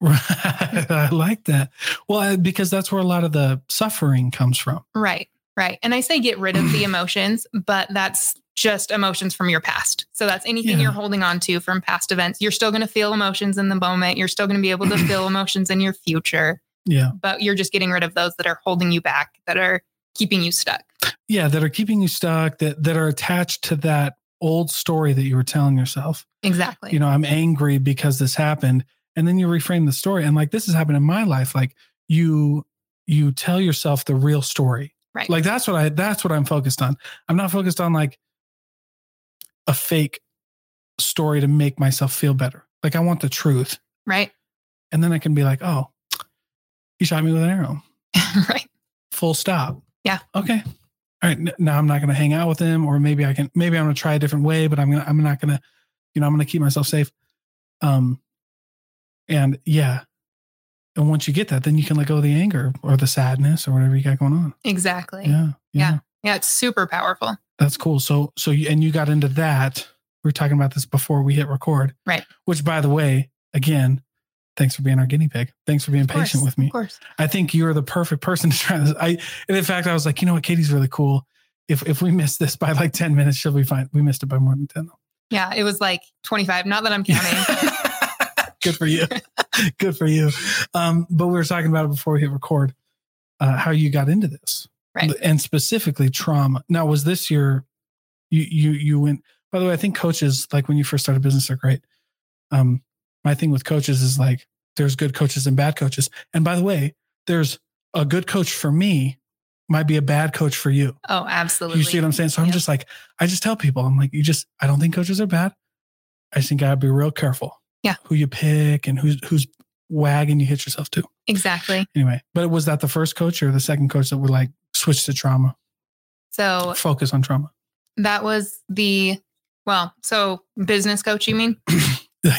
S2: right i like that well I- because that's where a lot of the suffering comes from
S1: right right and i say get rid of the
S2: (clears throat)
S1: emotions but that's just emotions from your past so that's anything
S2: Yeah.
S1: you're holding on to from past events you're still going to feel emotions in the moment you're still going to be
S2: (clears throat)
S1: able to feel emotions in your future
S2: yeah
S1: but you're just getting rid of those that are holding you back that are keeping you stuck
S2: yeah that are keeping you stuck that that are attached to that old story that you were telling yourself
S1: exactly
S2: you know, I'm angry because this happened. And then you reframe the story. And like this has happened in my life. Like you you tell yourself the real story.
S1: Right.
S2: Like that's what I that's what I'm focused on. I'm not focused on like a fake story to make myself feel better. Like I want the truth.
S1: right (laughs)
S2: And then I can be like, oh, he shot me with an arrow.
S1: right
S2: Full stop.
S1: Yeah.
S2: Okay. All right. N- Now I'm not gonna hang out with him, or maybe I can maybe I'm gonna try a different way, but I'm gonna I'm not gonna, you know, I'm gonna keep myself safe. Um and yeah. And once you get that, then you can let go of the anger or the sadness or whatever you got going on.
S1: exactly yeah,
S2: Yeah. Yeah.
S1: it's super powerful
S2: That's cool. So so you, and you got into that. We were talking about this before we hit record.
S1: Right.
S2: Which by the way, again, thanks for being our guinea pig. Thanks for being
S1: course,
S2: patient with me.
S1: Of course.
S2: I think you're the perfect person to try this. I and in fact I was like, you know what, Katie's really cool. If if we miss this by like 10 minutes, she'll be fine. We missed it by more than 10.
S1: Yeah, it was like 25. Not that
S2: (laughs)
S1: I'm counting.
S2: Good for you. (laughs) Good for you. Um, but we were talking about it before we hit record, uh, how you got into this.
S1: Right.
S2: And specifically trauma. Now, was this your you you you went by the way, I think coaches, like when you first started business are great. Um, my thing with coaches is like there's good coaches and bad coaches. And by the way, there's a good coach for me might be a bad coach for you.
S1: oh, absolutely.
S2: You see what I'm saying? So I'm
S1: Yeah.
S2: just like, I just tell people, I'm like, you just, I don't think coaches are bad. I just think I gotta be real careful.
S1: Yeah.
S2: Who you pick and who's who's wagon you hit yourself to.
S1: exactly.
S2: Anyway, but was that the first coach or the second coach that would like switch to trauma,
S1: So
S2: focus on trauma? (laughs)
S1: that was the, well, so business coach, you mean?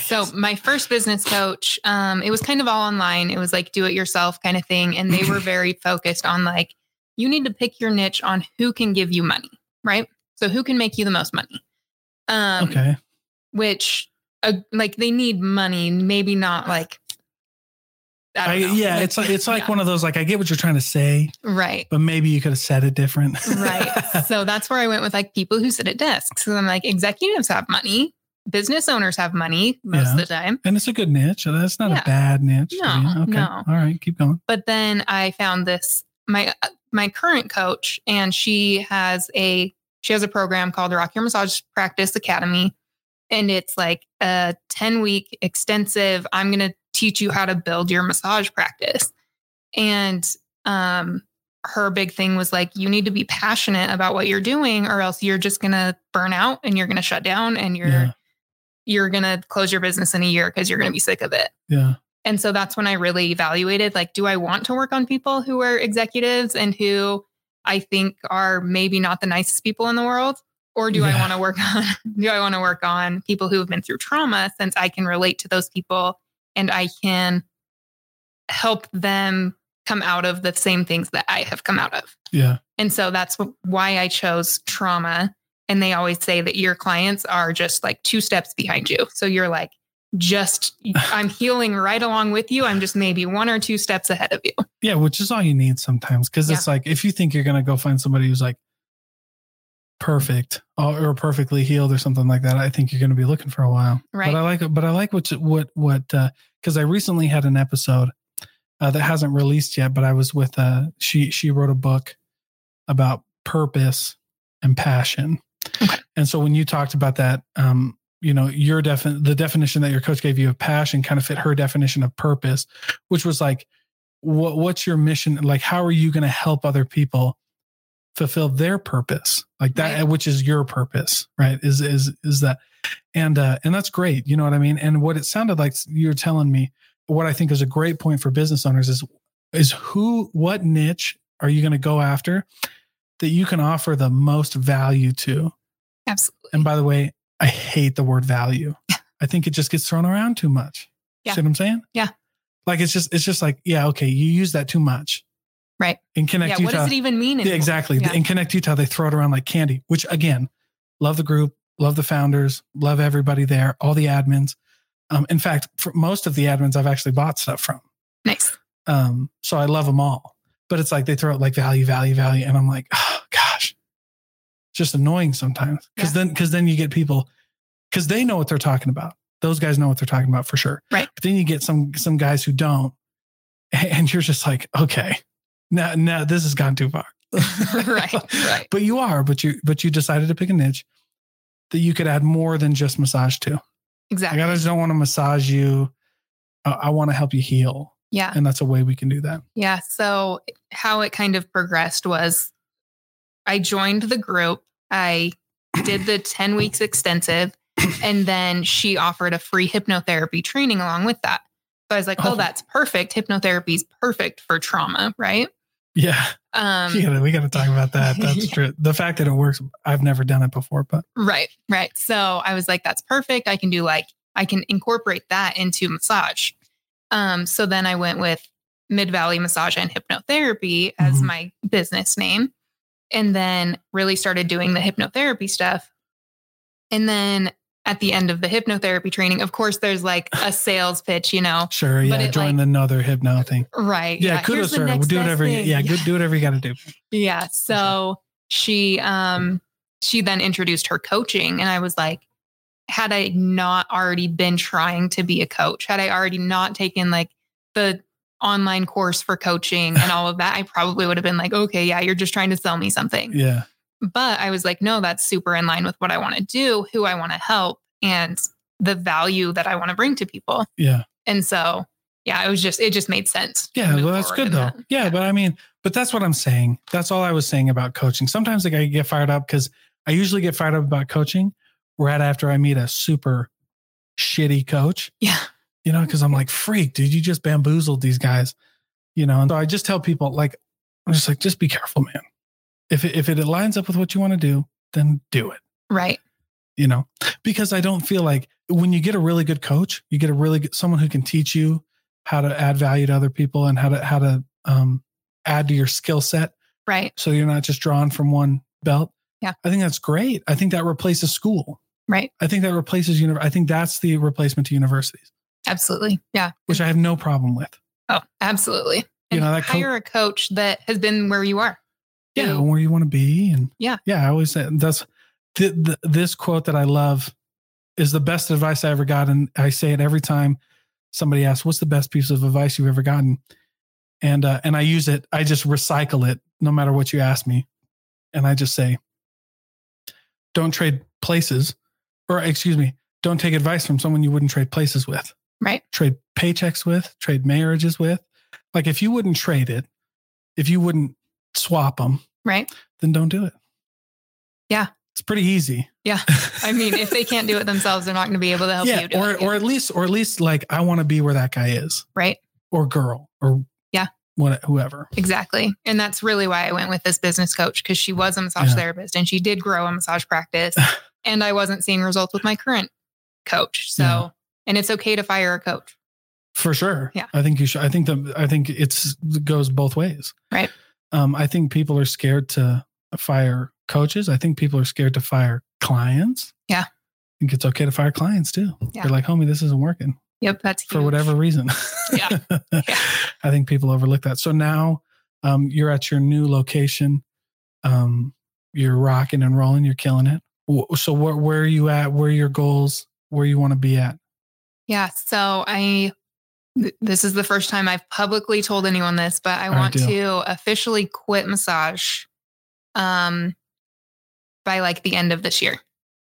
S1: So my first business coach, um, it was kind of all online. It was like do it yourself kind of thing, and
S2: (laughs)
S1: they were very focused on like you need to pick your niche on who can give you money, right? So who can make you the most money? Um,
S2: okay.
S1: Which, uh, like, they need money. Maybe not like. I
S2: I,
S1: don't know.
S2: yeah,
S1: (laughs)
S2: it's like it's like
S1: yeah.
S2: one of those like I get what you're trying to say,
S1: right.
S2: but maybe you could have said it different.
S1: right.
S2: (laughs)
S1: So that's where I went with like people who sit at desks. So I'm like, executives have money, business owners have money most of
S2: Yeah.
S1: the time.
S2: and it's a good niche. That's not
S1: Yeah.
S2: a bad niche. for
S1: No,
S2: you. Okay.
S1: no.
S2: All right. Keep going.
S1: but then I found this my uh, my current coach, and she has a she has a program called the Rock Your Massage Practice Academy, and it's like a ten week extensive. I'm going to teach you how to build your massage practice, and um, her big thing was like you need to be passionate about what you're doing, or else you're just going to burn out and you're going to shut down and you're
S2: Yeah.
S1: you're going to close your business in a year because you're going to be sick of it.
S2: Yeah.
S1: And so that's when I really evaluated like, do I want to work on people who are executives and who I think are maybe not the nicest people in the world? Or do I
S2: Yeah.
S1: want to work (laughs) on do I want to work on people who have been through trauma since I can relate to those people and I can help them come out of the same things that I have come out of?
S2: Yeah.
S1: And so that's wh- why I chose trauma. And they always say that your clients are just like two steps behind you. So you're like, just,
S2: (laughs)
S1: I'm healing right along with you. I'm just maybe one or two steps ahead of you.
S2: Yeah, which is all you need sometimes. Cause it's like if you think you're gonna go find somebody who's like perfect uh, or, or perfectly healed or something like that, I think you're gonna be looking for a while.
S1: Right.
S2: But I like but I like what what what uh because I recently had an episode uh, that hasn't released yet, but I was with uh she she wrote a book about purpose and passion.
S1: Okay.
S2: And so when you talked about that, um, you know, your defin the definition that your coach gave you of passion kind of fit her definition of purpose, which was like what what's your mission? Like how are you gonna help other people fulfill their purpose? Like that
S1: Right.
S2: which is your purpose, right? Is is is that and uh, and that's great. You know what I mean. And what it sounded like you were telling me, what I think is a great point for business owners is is who, what niche are you going to go after that you can offer the most value to?
S1: Absolutely.
S2: And by the way, I hate the word
S1: (laughs)
S2: value. I think it just gets thrown around too much.
S1: Yeah.
S2: See what I'm saying?
S1: Yeah.
S2: Like it's just it's just like yeah okay you use that too much.
S1: Right.
S2: In
S1: Yeah.
S2: Connect
S1: What
S2: Utah.
S1: does it even mean?
S2: Yeah,
S1: anymore?
S2: exactly.
S1: Yeah.
S2: In Connect Utah, they throw it around like candy, which again, love the group, love the founders, love everybody there, all the admins. Um, in fact, for most of the admins I've actually bought stuff from.
S1: Nice. (laughs)
S2: Um, so I love them all. But it's like they throw out like value, value, value. And I'm like, oh, gosh, just annoying sometimes. Cause then, cause then you get people, cause they know what they're talking about. Those guys know what they're talking about for sure.
S1: Right.
S2: But then you get some, some guys who don't. (laughs) And you're just like, okay, now, now this has gone too far. (laughs)
S1: Right. Right.
S2: But you are, but you, but you decided to pick a niche that you could add more than just massage to. Like,
S1: Exactly.
S2: I just don't want to massage you. I, I want to help you heal.
S1: yeah.
S2: And that's a way we can do that.
S1: Yeah. So, how it kind of progressed was I joined the group, I did the 10 weeks extensive, and then she offered a free hypnotherapy training along with that. So, I was like, oh,
S2: Oh.
S1: that's perfect. Hypnotherapy is perfect for trauma, right?
S2: Yeah.
S1: Um,
S2: we gotta, we gotta talk about
S1: (laughs)
S2: that. That's
S1: Yeah.
S2: true. The fact that it works, I've never done it before, but
S1: Right, right. So I was like, that's perfect. I can do like, I can incorporate that into massage. Um, so then I went with Mid Valley Massage and Hypnotherapy as
S2: Mhm.
S1: my business name. and then really started doing the hypnotherapy stuff. And then at the end of the hypnotherapy training, of course, there's like a sales pitch, you know,
S2: Sure. Yeah.
S1: But it,
S2: Join
S1: like-
S2: another hypno thing.
S1: right?
S2: Yeah. kudos,
S1: here's the
S2: sir.
S1: next
S2: do
S1: best
S2: whatever. You,
S1: thing.
S2: yeah. Good. Do whatever you got to
S1: (laughs)
S2: do.
S1: Yeah. So she um she then introduced her coaching and I was like, had I not already been trying to be a coach, had I already not taken like the online course for coaching and all of that, I probably would have been like, okay, yeah, you're just trying to sell me something.
S2: Yeah.
S1: But I was like, no, that's super in line with what I want to do, who I want to help, and the value that I want to bring to people.
S2: Yeah.
S1: And so, yeah, it was just, it just made sense. to
S2: Yeah,
S1: move
S2: well, that's
S1: forward
S2: good
S1: in
S2: though.
S1: that.
S2: Yeah, but I mean, but that's what I'm saying. That's all I was saying about coaching. Sometimes like I get fired up because I usually get fired up about coaching right after I meet a super shitty coach.
S1: Yeah.
S2: You know, because I'm like, freak, dude, you just bamboozled these guys. You know, and so I just tell people like, I'm just like, just be careful, man. If it, if it lines up with what you want to do, then do it
S1: Right.
S2: you know because i don't feel like when you get a really good coach you get a really good someone who can teach you how to add value to other people and how to how to um, add to your skill set
S1: Right.
S2: so you're not just drawn from one belt
S1: Yeah.
S2: i think that's great i think that replaces school
S1: Right.
S2: i think that replaces univ- i think that's the replacement to universities
S1: Absolutely. Yeah.
S2: which i have no problem with
S1: Oh, absolutely.
S2: You
S1: And
S2: know, that co-
S1: hire a coach that has been where you are.
S2: yeah
S1: Who-
S2: where you want to be and
S1: Yeah.
S2: yeah i always say that's th- th- this quote that i love is the best advice i ever got and i say it every time somebody asks what's the best piece of advice you've ever gotten and uh, and i use it i just recycle it no matter what you ask me and i just say don't trade places or excuse me don't take advice from someone you wouldn't trade places with
S1: Right.
S2: trade paychecks with trade marriages with like if you wouldn't trade it if you wouldn't swap them
S1: Right.
S2: then don't do it.
S1: Yeah.
S2: It's pretty easy.
S1: Yeah. I mean, if they
S2: (laughs)
S1: can't do it themselves, they're not going to be able to help
S2: yeah,
S1: you do
S2: or
S1: it.
S2: or at least or at least like I want to be where that guy is
S1: right.
S2: or girl or
S1: Yeah.
S2: what whoever.
S1: Exactly. And that's really why I went with this business coach because she was a massage
S2: Yeah.
S1: therapist and she did grow a massage
S2: (laughs)
S1: practice. and I wasn't seeing results with my current coach. So,
S2: Yeah.
S1: and it's okay to fire a coach.
S2: For sure.
S1: Yeah.
S2: I think you should. I think the I think it's it goes both ways.
S1: Right.
S2: Um, I think people are scared to fire coaches. I think people are scared to fire clients.
S1: Yeah.
S2: I think it's okay to fire clients too.
S1: Yeah.
S2: They're like, homie, this isn't working
S1: Yep. That's
S2: for
S1: huge.
S2: whatever reason. (laughs)
S1: Yeah. Yeah.
S2: I think people overlook that. So now um, you're at your new location. Um, you're rocking and rolling. You're killing it. Wh- So where where are you at? Where are your goals? Where you want to be at?
S1: Yeah. So I, th- this is the first time I've publicly told anyone this, but I
S2: All right,
S1: want
S2: deal.
S1: to officially quit massage, um, by like the end of this year,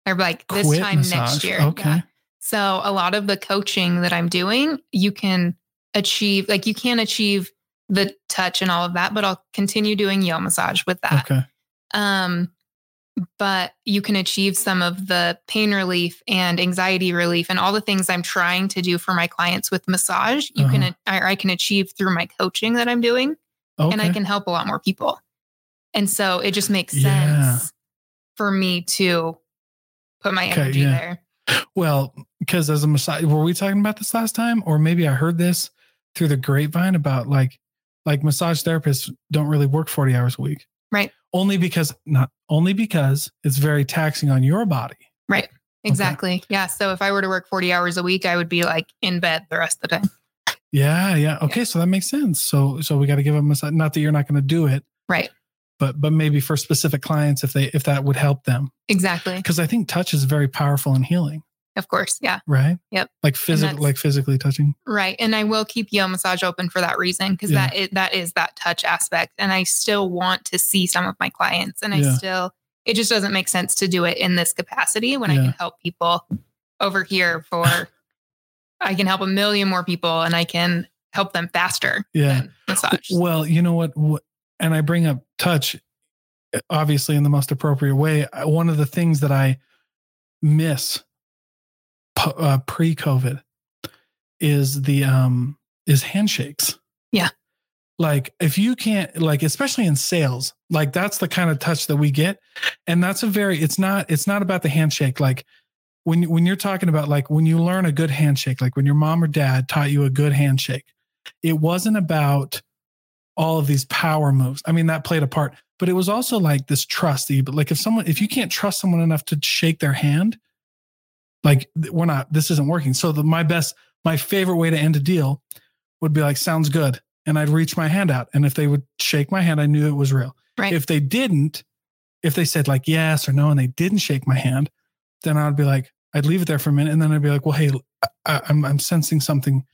S1: or like this
S2: Quit
S1: time next
S2: massage.
S1: year.
S2: Okay.
S1: Yeah. So a lot of the coaching that I'm doing, you can achieve, like you can achieve the touch and all of that, but I'll continue doing yo massage with that.
S2: Okay.
S1: Um, but you can achieve some of the pain relief and anxiety relief and all the things I'm trying to do for my clients with massage. You
S2: Uh-huh.
S1: can, or I can achieve through my coaching that I'm doing,
S2: Okay.
S1: and I can help a lot more people. And so it just makes sense
S2: Yeah.
S1: for me to put my
S2: Okay,
S1: energy
S2: yeah.
S1: there.
S2: Well, because as a massage, were we talking about this last time, or maybe I heard this through the grapevine about like like massage therapists don't really work forty hours a week,
S1: Right.
S2: Only because not only because it's very taxing on your body.
S1: Exactly. Yeah. So if I were to work 40 hours a week, I would be like in bed the rest of the time.
S2: Yeah, yeah. Okay, so that makes sense. So so we got to give them a si- not that you're not going to do it,
S1: Right.
S2: but but maybe for specific clients if they if that would help them
S1: Exactly.
S2: because I think touch is very powerful in healing,
S1: Of course. Yeah.
S2: right?
S1: Yep.
S2: Like
S1: that's-
S2: physical like physically touching.
S1: Right. And I will keep yo massage open for that reason because
S2: Yeah.
S1: that is, that is that touch aspect. And I still want to see some of my clients and I
S2: Yeah.
S1: still, it just doesn't make sense to do it in this capacity when I
S2: Yeah.
S1: can help people over here for, I can help a million more people and I can help them faster
S2: Yeah.
S1: than massage.
S2: Well, you know what? Wh- And I bring up touch, eh, obviously, in the most appropriate way. I- One of the things that I miss po- uh, pre-COVID is the um is handshakes.
S1: Yeah.
S2: Like if you can't like especially in sales, like that's the kind of touch that we get, and that's a very it's not it's not about the handshake like. When, when you're talking about like when you learn a good handshake like when your mom or dad taught you a good handshake it wasn't about all of these power moves. I mean, that played a part, but it was also like this trust that you, but like if someone, if you can't trust someone enough to shake their hand, like th- we're not, this isn't working. So the, my best, my favorite way to end a deal would be like, sounds good. And I'd reach my hand out. And if they would shake my hand, I knew it was real.
S1: Right.
S2: If they didn't, if they said like yes or no, and they didn't shake my hand, then I'd be like, I'd leave it there for a minute. And then I'd be like, well, hey, I, I- I'm, I'm sensing something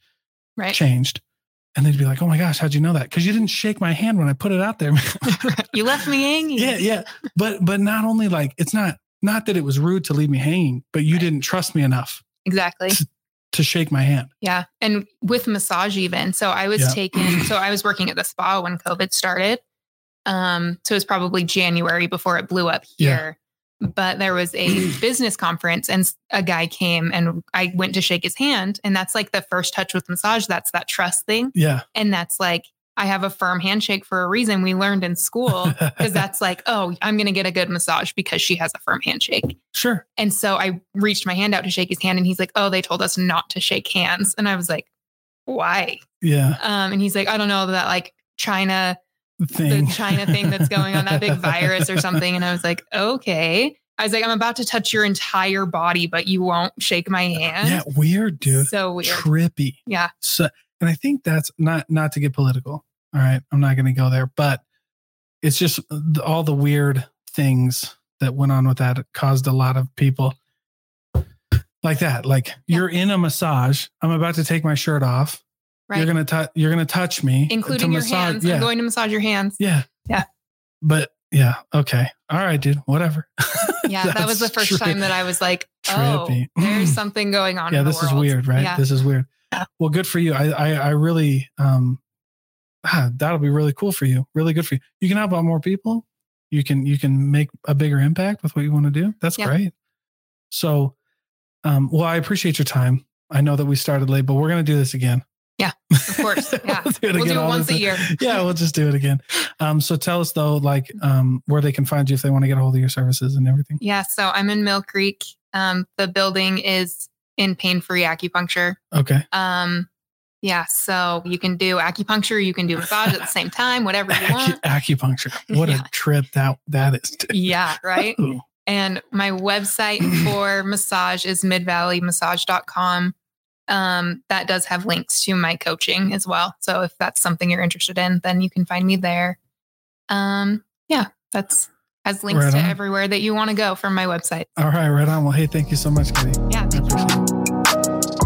S1: right?
S2: changed. And they'd be like, oh my gosh, how'd you know that? Because you didn't shake my hand when I put it out there. (laughs)
S1: you left me hanging.
S2: yeah,
S1: (laughs)
S2: yeah. But but not only like it's not not that it was rude to leave me hanging, but you
S1: Right.
S2: didn't trust me enough
S1: Exactly.
S2: to shake my hand.
S1: Yeah. And with massage even. So I was
S2: Yeah.
S1: taking so I was working at the spa when COVID started. Um, so it was probably January before it blew up
S2: Yeah.
S1: here. But there was a
S2: (clears throat)
S1: business conference and s- a guy came and I went to shake his hand. And that's like the first touch with massage. That's that trust thing.
S2: Yeah.
S1: And that's like I have a firm handshake for a reason we learned in school.
S2: (laughs)
S1: Because that's like, oh, I'm gonna get a good massage because she has a firm handshake.
S2: sure.
S1: And so I reached my hand out to shake his hand, and he's like, "Oh, they told us not to shake hands." And I was like, "Why?"
S2: Yeah.
S1: Um, and he's like, "I don't know that like China,
S2: Thing.
S1: the China thing
S2: (laughs)
S1: that's going on, that big virus or something." And I was like, "Okay." I was like, "I'm about to touch your entire body, but you won't shake my hand."
S2: Yeah, weird, dude.
S1: So weird.
S2: Trippy.
S1: Yeah.
S2: So and I think that's not not to get political. All right. I'm not gonna go there, but it's just the, all the weird things that went on with that caused a lot of people like that. Like
S1: Yeah.
S2: you're in a massage. I'm about to take my shirt off.
S1: right.
S2: You're gonna touch. You're gonna touch me,
S1: Including
S2: to
S1: your
S2: massage-
S1: hands.
S2: Yeah,
S1: I'm going to massage your hands.
S2: yeah,
S1: Yeah.
S2: But yeah, okay, all right, dude, whatever. (laughs)
S1: Yeah, that was the
S2: That's
S1: first
S2: tri-
S1: time that I was like, "Oh,
S2: trippy. (laughs)
S1: there's something going on."
S2: yeah,
S1: in the
S2: this is
S1: world.
S2: weird, right?
S1: Yeah.
S2: This is weird.
S1: Yeah.
S2: Well, good for you. I, I, I really, um, ah, that'll be really cool for you. Really good for you. You can help out more people. You can, you can make a bigger impact with what you want to do. That's
S1: Yeah.
S2: great. So, um, well, I appreciate your time. I know that we started late, but we're gonna do this again.
S1: Yeah, of
S2: (laughs)
S1: course. Yeah.
S2: we'll do it,
S1: We'll
S2: again
S1: do it
S2: all
S1: once
S2: this-
S1: a year. Mm-hmm.
S2: yeah, we'll just do it again. Um, so tell us though, like um, where they can find you if they want to get a hold of your services and everything.
S1: Yeah, so I'm in Mill Creek. Um, the building is in pain-free acupuncture.
S2: Okay.
S1: Um, yeah, so you can do acupuncture, you can do massage at the same time, whatever you
S2: (laughs) Acu-
S1: want.
S2: acupuncture. What
S1: Yeah.
S2: a trip that that is. dude.
S1: Yeah, right.
S2: Ooh.
S1: And my
S2: (laughs)
S1: website for massage is midvalleymassage.com. Um, that does have links to my coaching as well. So if that's something you're interested in, then you can find me there. Um, yeah, that's has links
S2: Right
S1: to
S2: on.
S1: everywhere that you want to go from my website.
S2: All right, right on. Well, hey, thank you so much, Katie.
S1: Yeah,
S2: I
S1: thank you.
S2: appreciate it.